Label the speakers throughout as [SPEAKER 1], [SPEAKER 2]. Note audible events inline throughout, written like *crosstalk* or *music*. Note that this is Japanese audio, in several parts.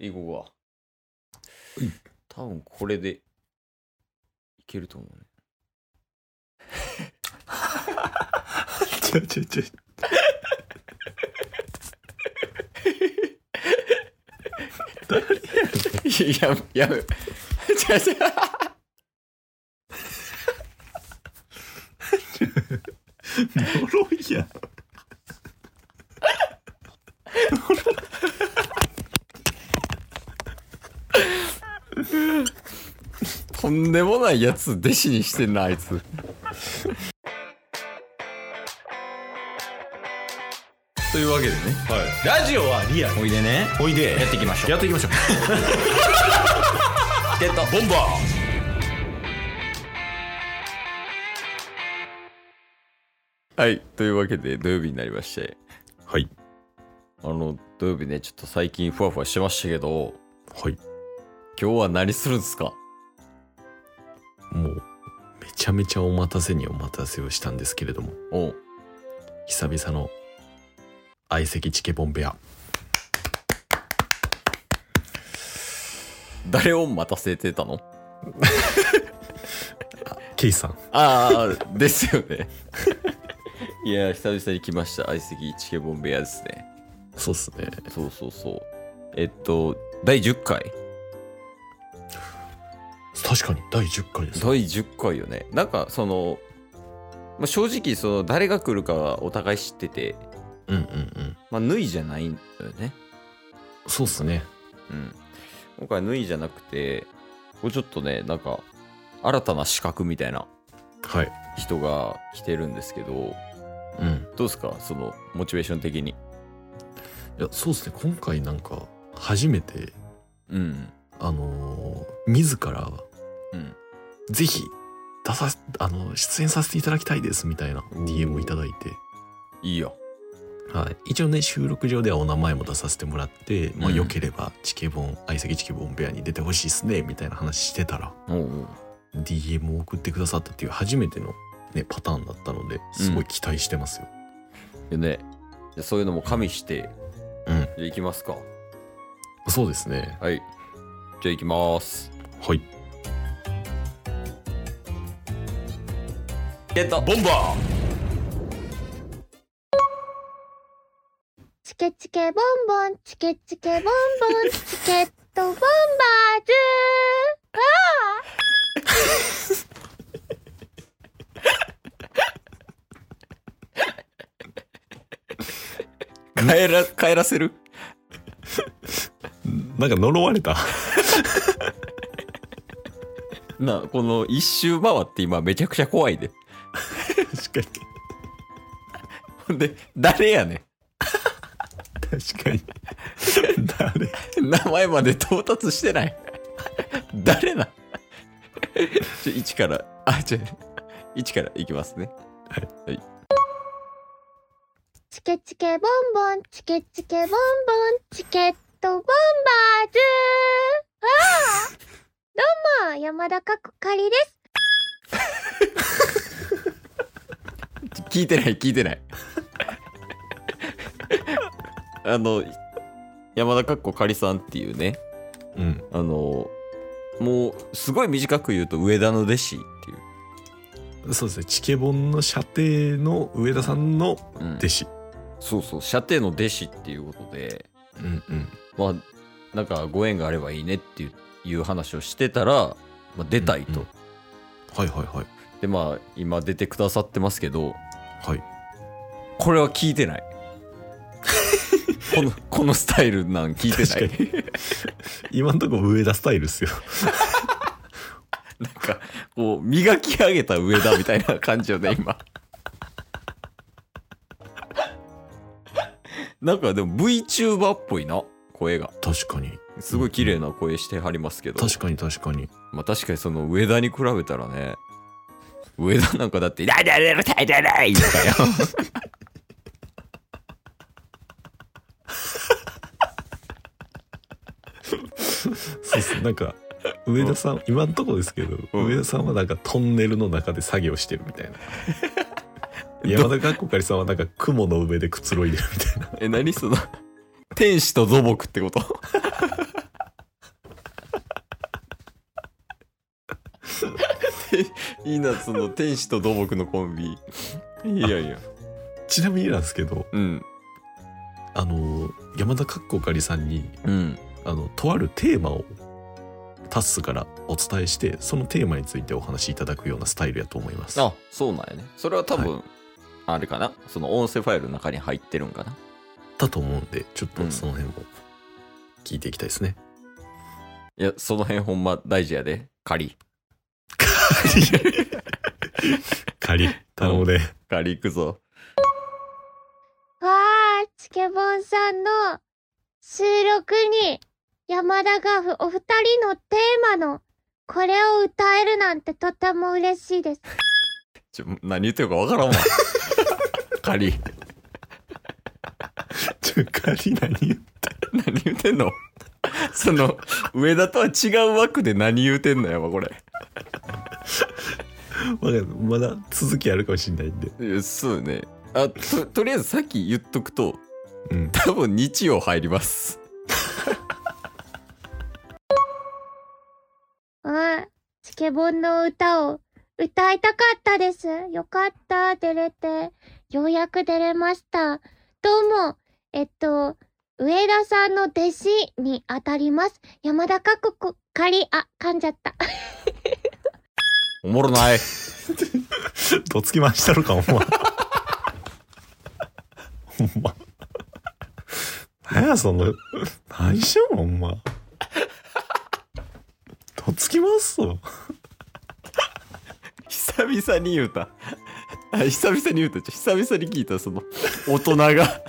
[SPEAKER 1] 英語が
[SPEAKER 2] い。
[SPEAKER 1] 多分これでいけると思うね。 *laughs*
[SPEAKER 2] ちょちょちょ。
[SPEAKER 1] いや、やめ。違う *laughs* 違う。
[SPEAKER 2] 呪いやん。
[SPEAKER 1] とんでもないやつ弟子にしてんなあ
[SPEAKER 2] *laughs*
[SPEAKER 1] いつ
[SPEAKER 2] というわけでね。
[SPEAKER 3] ラジオはリアル。
[SPEAKER 2] おいでね。
[SPEAKER 3] おいで。
[SPEAKER 2] やっていきましょう。やってい
[SPEAKER 1] *laughs*
[SPEAKER 2] きましょう。
[SPEAKER 3] ゲットボンバ
[SPEAKER 1] はいというわけで土曜日になりまして
[SPEAKER 2] はい。
[SPEAKER 1] あの土曜日ねちょっと最近ふわふわしてましたけど
[SPEAKER 2] はい。
[SPEAKER 1] 今日は何するんすか
[SPEAKER 2] もう、めちゃめちゃお待たせにお待たせをしたんですけれども、
[SPEAKER 1] おう
[SPEAKER 2] 久々の相席チケボンベア。
[SPEAKER 1] 誰を待たせてたの
[SPEAKER 2] ケイさん。
[SPEAKER 1] ああですよねいや久々に来ました相席チケボンベアですね
[SPEAKER 2] そうっすね。
[SPEAKER 1] そうそうそうえっと第10回
[SPEAKER 2] 確かに第10回です。
[SPEAKER 1] 第10回よねなんかその、まあ、正直その誰が来るかはお互い知ってて
[SPEAKER 2] うんうんうん。
[SPEAKER 1] まあ脱いじゃないんだよね
[SPEAKER 2] そうっすね。
[SPEAKER 1] うん、今回脱いじゃなくてこれちょっとねなんか新たな資格みたいな
[SPEAKER 2] はい。
[SPEAKER 1] 人が来てるんですけど
[SPEAKER 2] うん。
[SPEAKER 1] どうですかそのモチベーション的に
[SPEAKER 2] いや、そうっすね。今回なんか、初めて、
[SPEAKER 1] うん
[SPEAKER 2] あのー自ら、
[SPEAKER 1] うん
[SPEAKER 2] ぜひ、出させ、あの、出演させていただきたいです、みたいな DM をいただいて。
[SPEAKER 1] いいよ
[SPEAKER 2] はい、一応ね収録上ではお名前も出させてもらって、まあ、
[SPEAKER 1] うん
[SPEAKER 2] よければチケボン相席チケボンベアに出てほしいっすねみたいな話してたら
[SPEAKER 1] おうおう
[SPEAKER 2] DM を送ってくださったっていう初めての、ね、パターンだったのですごい期待してますよ、
[SPEAKER 1] でねじゃあそういうのも加味して、
[SPEAKER 2] うん
[SPEAKER 1] じゃあ行きますか
[SPEAKER 2] そうですね
[SPEAKER 1] はいじゃあ行きます
[SPEAKER 2] はい
[SPEAKER 1] ゲット
[SPEAKER 3] ーボンバ
[SPEAKER 4] チケチケボンボン、チケチケボンボン、チケットボンバーズ
[SPEAKER 1] 帰ら帰らせる
[SPEAKER 2] なんか呪われた *laughs*
[SPEAKER 1] なこの一周回って今めちゃくちゃ怖いで
[SPEAKER 2] 確か
[SPEAKER 1] ほんで誰やね
[SPEAKER 2] に確かに誰
[SPEAKER 1] ん名前まで到達してない誰な *laughs* ちょ1からあ違う1からいきますね
[SPEAKER 4] チケチケボンボン、チケチケボンボン、チケットボンバーズああどうも、山田かこかりです。
[SPEAKER 1] 聞いてない聞いてない *laughs* あの山田かっこかりさんっていうね
[SPEAKER 2] うん
[SPEAKER 1] あのもうすごい短く言うと上田の弟子っていう、
[SPEAKER 2] そうですねチケボンの射程の上田さんの
[SPEAKER 1] うん
[SPEAKER 2] 弟子
[SPEAKER 1] そうそう射程の弟子っていうことで
[SPEAKER 2] うんうん
[SPEAKER 1] まあなんかご縁があればいいねっていういう話をしてたら、まあ、出たいと、
[SPEAKER 2] うんうんはいはいはい
[SPEAKER 1] でまあ今出てくださってますけど
[SPEAKER 2] *laughs* はい
[SPEAKER 1] これは聞いてないこ
[SPEAKER 2] *laughs*
[SPEAKER 1] のこのスタイルなん聞いてない
[SPEAKER 2] 今んとこ上田スタイルっすよ
[SPEAKER 1] なんかこう磨き上げた上田みたいな感じよね
[SPEAKER 2] *laughs*
[SPEAKER 1] 今なんかでも VTuber っぽいな声が
[SPEAKER 2] 確かに
[SPEAKER 1] すごい綺麗な声してはりますけど
[SPEAKER 2] 確かに確かに
[SPEAKER 1] まあ確かにその上田に比べたらね上田なんかだって「ダダダダダダダイ!」とかよ *laughs*
[SPEAKER 2] そうっすなんか上田さん今んとこですけど、
[SPEAKER 1] うん
[SPEAKER 2] 上田さんはなんかトンネルの中で作業してるみ *laughs* たいな山田かっこかりさんはなんか雲の上でくつろいでるみたいな
[SPEAKER 1] *laughs* え何その天使と土木ってことイナツの天使と土木のコンビ。いやいや。
[SPEAKER 2] ちなみになんですけど
[SPEAKER 1] うん。
[SPEAKER 2] あの山田かっこかりさんに
[SPEAKER 1] うん。
[SPEAKER 2] あのとあるテーマをタッスからお伝えしてそのテーマについてお話しいただくようなスタイルやと思います
[SPEAKER 1] あ、そうなんやね。それは多分、あれかな。その音声ファイルの中に入ってるんかな。
[SPEAKER 2] だと思うんでちょっ
[SPEAKER 1] う
[SPEAKER 2] と
[SPEAKER 1] ん
[SPEAKER 2] その辺も聞いていきたいですね、
[SPEAKER 1] いや、その辺ほんま大事やで。仮。
[SPEAKER 2] 仮頼むで、
[SPEAKER 1] 仮行くぞ。
[SPEAKER 4] わー、チケボンさんの収録に山田がふお二人のテーマのこれを歌えるなんてとても嬉しいです。
[SPEAKER 1] ちょ何言ってるかわから *laughs* んわ。仮。
[SPEAKER 2] ちょ仮何
[SPEAKER 1] 何言うてんのその、上田とは違う枠で何言うてんのやば、これ。
[SPEAKER 2] わかるまだ続きあるかもしれないんで、
[SPEAKER 1] いやそうね。あと、とりあえずさっき言っとくと、
[SPEAKER 2] うん、
[SPEAKER 1] 多分日曜入ります。
[SPEAKER 4] うん、チケボンの歌を歌いたかったです。よかった、出れて。ようやく出れました。どうも、えっと、上田さんの弟子にあたります。山田かっこかり、あ、噛んじゃった。 *laughs*
[SPEAKER 1] おもろない。
[SPEAKER 2] どつきましたのかほんまほんま何やその何しようほんまどつきますぞ
[SPEAKER 1] 久々に言うた。あ久々に言うた。ちょ久々に聞いた、その、大人が、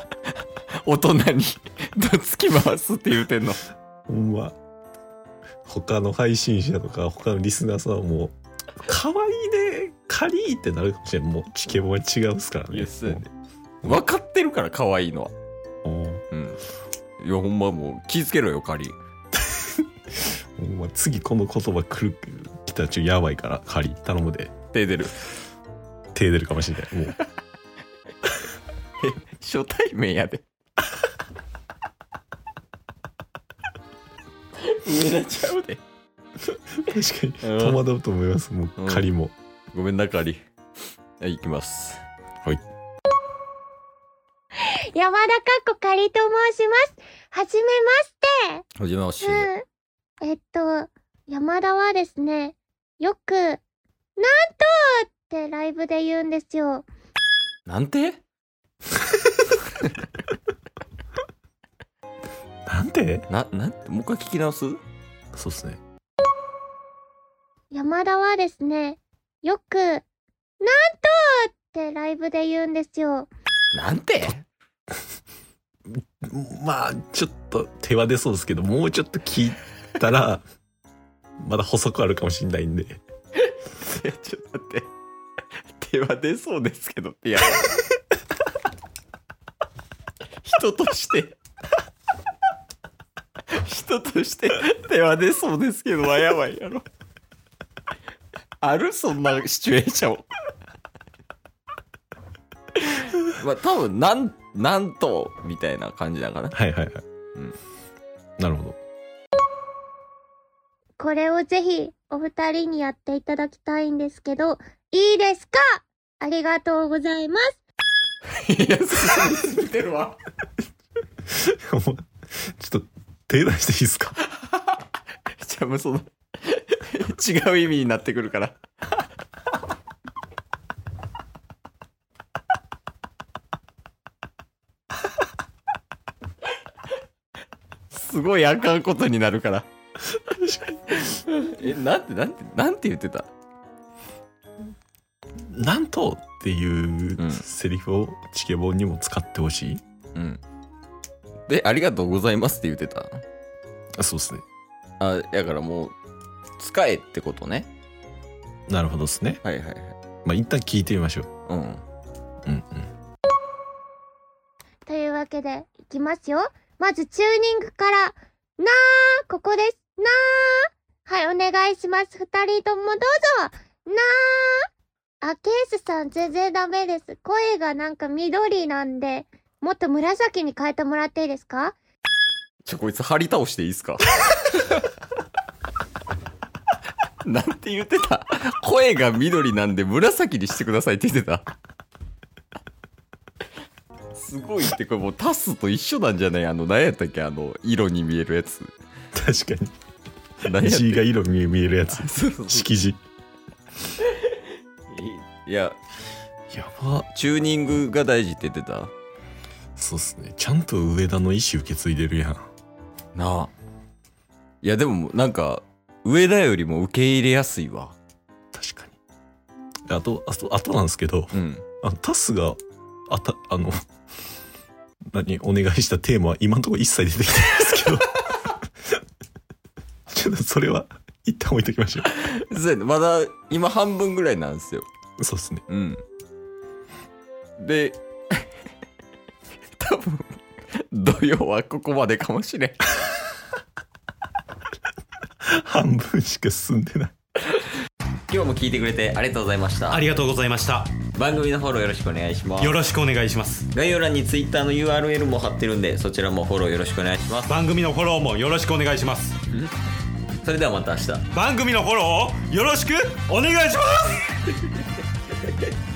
[SPEAKER 1] 大人に、どつき回すって言うてんの。
[SPEAKER 2] ほんま他の配信者とか他のリスナーさんはもう可愛いねカリーってなるかもしれんもうチケボンは違うっすからね
[SPEAKER 1] 分かってるから、可愛いのは。
[SPEAKER 2] も
[SPEAKER 1] う
[SPEAKER 2] う
[SPEAKER 1] ん。いや、ほんまもう、気ぃつけろよ、仮。
[SPEAKER 2] ほんま次この言葉来る来たらちょっとやばいからカリー頼むで
[SPEAKER 1] 手出る。
[SPEAKER 2] 手出るかもしれないもう
[SPEAKER 1] 初対面やで。上田ちゃうで。
[SPEAKER 2] 確
[SPEAKER 1] う
[SPEAKER 2] か
[SPEAKER 1] ん
[SPEAKER 2] に戸惑うと思いますも
[SPEAKER 1] うん
[SPEAKER 2] う仮も、
[SPEAKER 1] ごめんな、仮。はい、行きます。
[SPEAKER 4] 山田かっこかりと申します。はじめまし。
[SPEAKER 1] はじめまして
[SPEAKER 4] うん。えっと、山田はですね、よく、なんとってライブで言うんですよ。
[SPEAKER 1] なんて
[SPEAKER 2] なんて
[SPEAKER 1] な、なんて、もう一回聞き直す
[SPEAKER 2] そうっすね
[SPEAKER 4] 山田はですね、よく、なんとってライブで言うんですよ。
[SPEAKER 1] なんて
[SPEAKER 2] まあちょっと手は出そうですけどもうちょっと聞いたら *laughs* まだ補足あるかもしれないんで
[SPEAKER 1] いや、ちょっと待って。手は出そうですけどってやばい人として。人として手は出そうですけどはやばいやろ。あるそんなシチュエーション。まあ多分なん、なんとみたいな感じだから。
[SPEAKER 2] はいはいはい、
[SPEAKER 1] うん
[SPEAKER 2] なるほど
[SPEAKER 4] これをぜひ、お二人にやっていただきたいんですけど、いいですかありがとうございます。
[SPEAKER 1] いや、進みすぎてるわ。
[SPEAKER 2] *laughs* もうちょっと手出していいですか
[SPEAKER 1] じゃあもうその違う意味になってくるから。すごいあかんことになるから。え、なんて、なんて、なんて言ってた
[SPEAKER 2] なんとってい
[SPEAKER 1] うん
[SPEAKER 2] うセリフをチケボンにも使ってほしい、
[SPEAKER 1] うん。で、ありがとうございますって言ってた。
[SPEAKER 2] あそうっすね
[SPEAKER 1] あ、だからもう、使えってことね。
[SPEAKER 2] なるほどっすね
[SPEAKER 1] はいはいはい。
[SPEAKER 2] まあ一旦聞いてみましょう
[SPEAKER 1] うん。
[SPEAKER 2] うんうん
[SPEAKER 4] というわけで、いきますよ。まず、チューニングから、なー、ここです。なー。はい、お願いします。二人ともどうぞ。なー。あ、ケースさん、全然ダメです。声がなんか緑なんで、もっと紫に変えてもらっていいですか
[SPEAKER 1] *laughs* ちょ、こいつ張り倒していいっすかなんて言ってた声が緑なんで紫にしてくださいって言ってた。すごいってこれもうタスと一緒なんじゃないあの何やったっけあの色に見えるやつ。
[SPEAKER 2] 確か
[SPEAKER 1] 何や
[SPEAKER 2] に
[SPEAKER 1] ったっ
[SPEAKER 2] 字が
[SPEAKER 1] け
[SPEAKER 2] 色に見えるやつ
[SPEAKER 1] そうそうそう
[SPEAKER 2] 色字
[SPEAKER 1] いや
[SPEAKER 2] やば
[SPEAKER 1] チューニングが大事って言ってた
[SPEAKER 2] そうっすねちゃんと上田の意思受け継いでるやん
[SPEAKER 1] なあいやでもなんか上田よりも受け入れやすいわ
[SPEAKER 2] 確かにあとあとあとなんですけど
[SPEAKER 1] うん
[SPEAKER 2] あのタスがあたあの *laughs* 何お願いしたテーマは今のところ一切出てきてないですけど *laughs* ちょっとそれは一旦置いときましょ
[SPEAKER 1] *laughs* そうやねまだ今半分ぐらいなんですよ
[SPEAKER 2] うそうですね
[SPEAKER 1] うんで多分土曜はここまでかもしれん
[SPEAKER 2] 半分しか進んでない
[SPEAKER 1] 今日も聞いてくれてありがとうございました
[SPEAKER 5] ありがとうございました
[SPEAKER 1] 番組のフォローよろしくお願いします
[SPEAKER 5] よろしくお願いします
[SPEAKER 1] 概要欄に Twitter の URL も貼ってるんでそちらもフォローよろしくお願いします
[SPEAKER 5] 番組のフォローもよろしくお願いします
[SPEAKER 1] それではまた明日
[SPEAKER 5] 番組のフォローをよろしくお願いします